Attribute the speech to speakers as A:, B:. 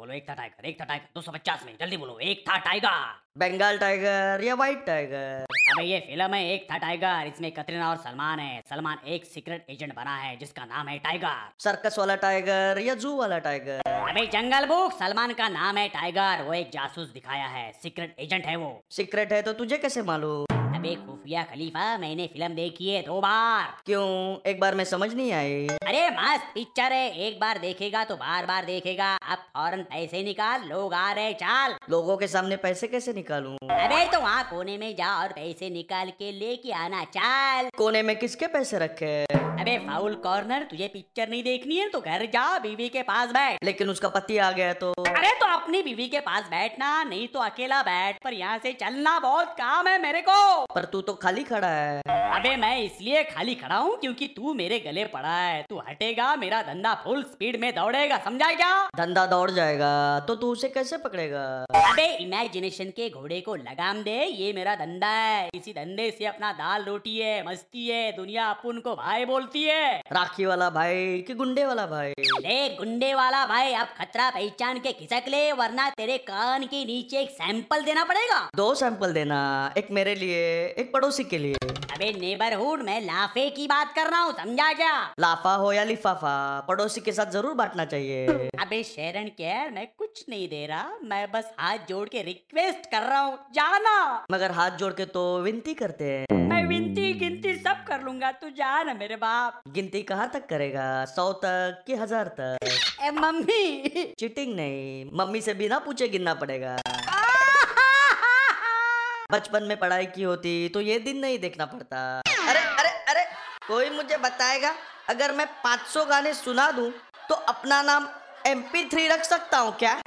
A: Tiger Ek Tha Tiger दो सौ पचास में जल्दी बोलो एक था टाइगर
B: बंगाल टाइगर या व्हाइट टाइगर
A: अबे ये फिल्म है एक था टाइगर इसमें कतरीना और सलमान है सलमान एक सीक्रेट एजेंट बना है जिसका नाम है टाइगर
B: सर्कस वाला टाइगर या जू वाला टाइगर
A: अबे जंगल बुक सलमान का नाम है टाइगर वो एक जासूस दिखाया है सीक्रेट एजेंट है वो
B: सीक्रेट है तो तुझे कैसे मालूम
A: अबे खुफिया खलीफा मैंने फिल्म देखी है दो बार
B: क्यों एक बार में समझ नहीं आई
A: अरे मस्त पिक्चर है एक बार देखेगा तो बार बार देखेगा अब फौरन पैसे निकाल लोग आ रहे चाल
B: लोगों के सामने पैसे कैसे निकालूं
A: अबे तो वहाँ कोने में जा और पैसे निकाल के लेके आना चाल
B: कोने में किसके पैसे रखे हैं?
A: अबे फाउल कॉर्नर तुझे पिक्चर नहीं देखनी है तो घर जा बीवी के पास बैठ
B: लेकिन उसका पति आ गया तो
A: अरे तो अपनी बीवी के पास बैठना नहीं तो अकेला बैठ पर यहाँ से चलना बहुत काम है मेरे को
B: पर तू तो खाली खड़ा है
A: अबे मैं इसलिए खाली खड़ा हूँ क्योंकि तू मेरे गले पड़ा है तू हटेगा मेरा धंधा फुल स्पीड में दौड़ेगा समझा क्या
B: धंधा दौड़ जाएगा तो तू उसे कैसे पकड़ेगा
A: अबे इमेजिनेशन के घोड़े को लगाम दे ये मेरा धंधा है इसी धंधे से अपना दाल रोटी है मस्ती है दुनिया अपन को भाई बोलती है
B: राखी वाला भाई कि गुंडे वाला भाई
A: ले गुंडे वाला भाई अब खतरा पहचान के खिसक ले वरना तेरे कान के नीचे एक सैंपल देना पड़ेगा
B: दो सैंपल देना एक मेरे लिए एक पड़ोसी के लिए
A: अबे नेबरहुड मैं लाफे की बात कर रहा हूँ समझा क्या
B: लाफा हो या लिफाफा पड़ोसी के साथ जरूर बांटना चाहिए
A: अबे शेरन केयर मैं कुछ नहीं दे रहा मैं बस हाथ जोड़ के रिक्वेस्ट कर रहा हूँ जाना
B: मगर हाथ जोड़ के तो विनती करते हैं
A: मैं विनती गिनती सब कर लूंगा तू जाना मेरे बाप
B: गिनती कहाँ तक करेगा सौ तक कि हजार तक
A: ए मम्मी
B: चीटिंग नहीं मम्मी से बिना पूछे गिनना पड़ेगा बचपन में पढ़ाई की होती तो ये दिन नहीं देखना पड़ता अरे अरे अरे कोई मुझे बताएगा अगर मैं 500 गाने सुना दूं तो अपना नाम एम थ्री रख सकता हूँ क्या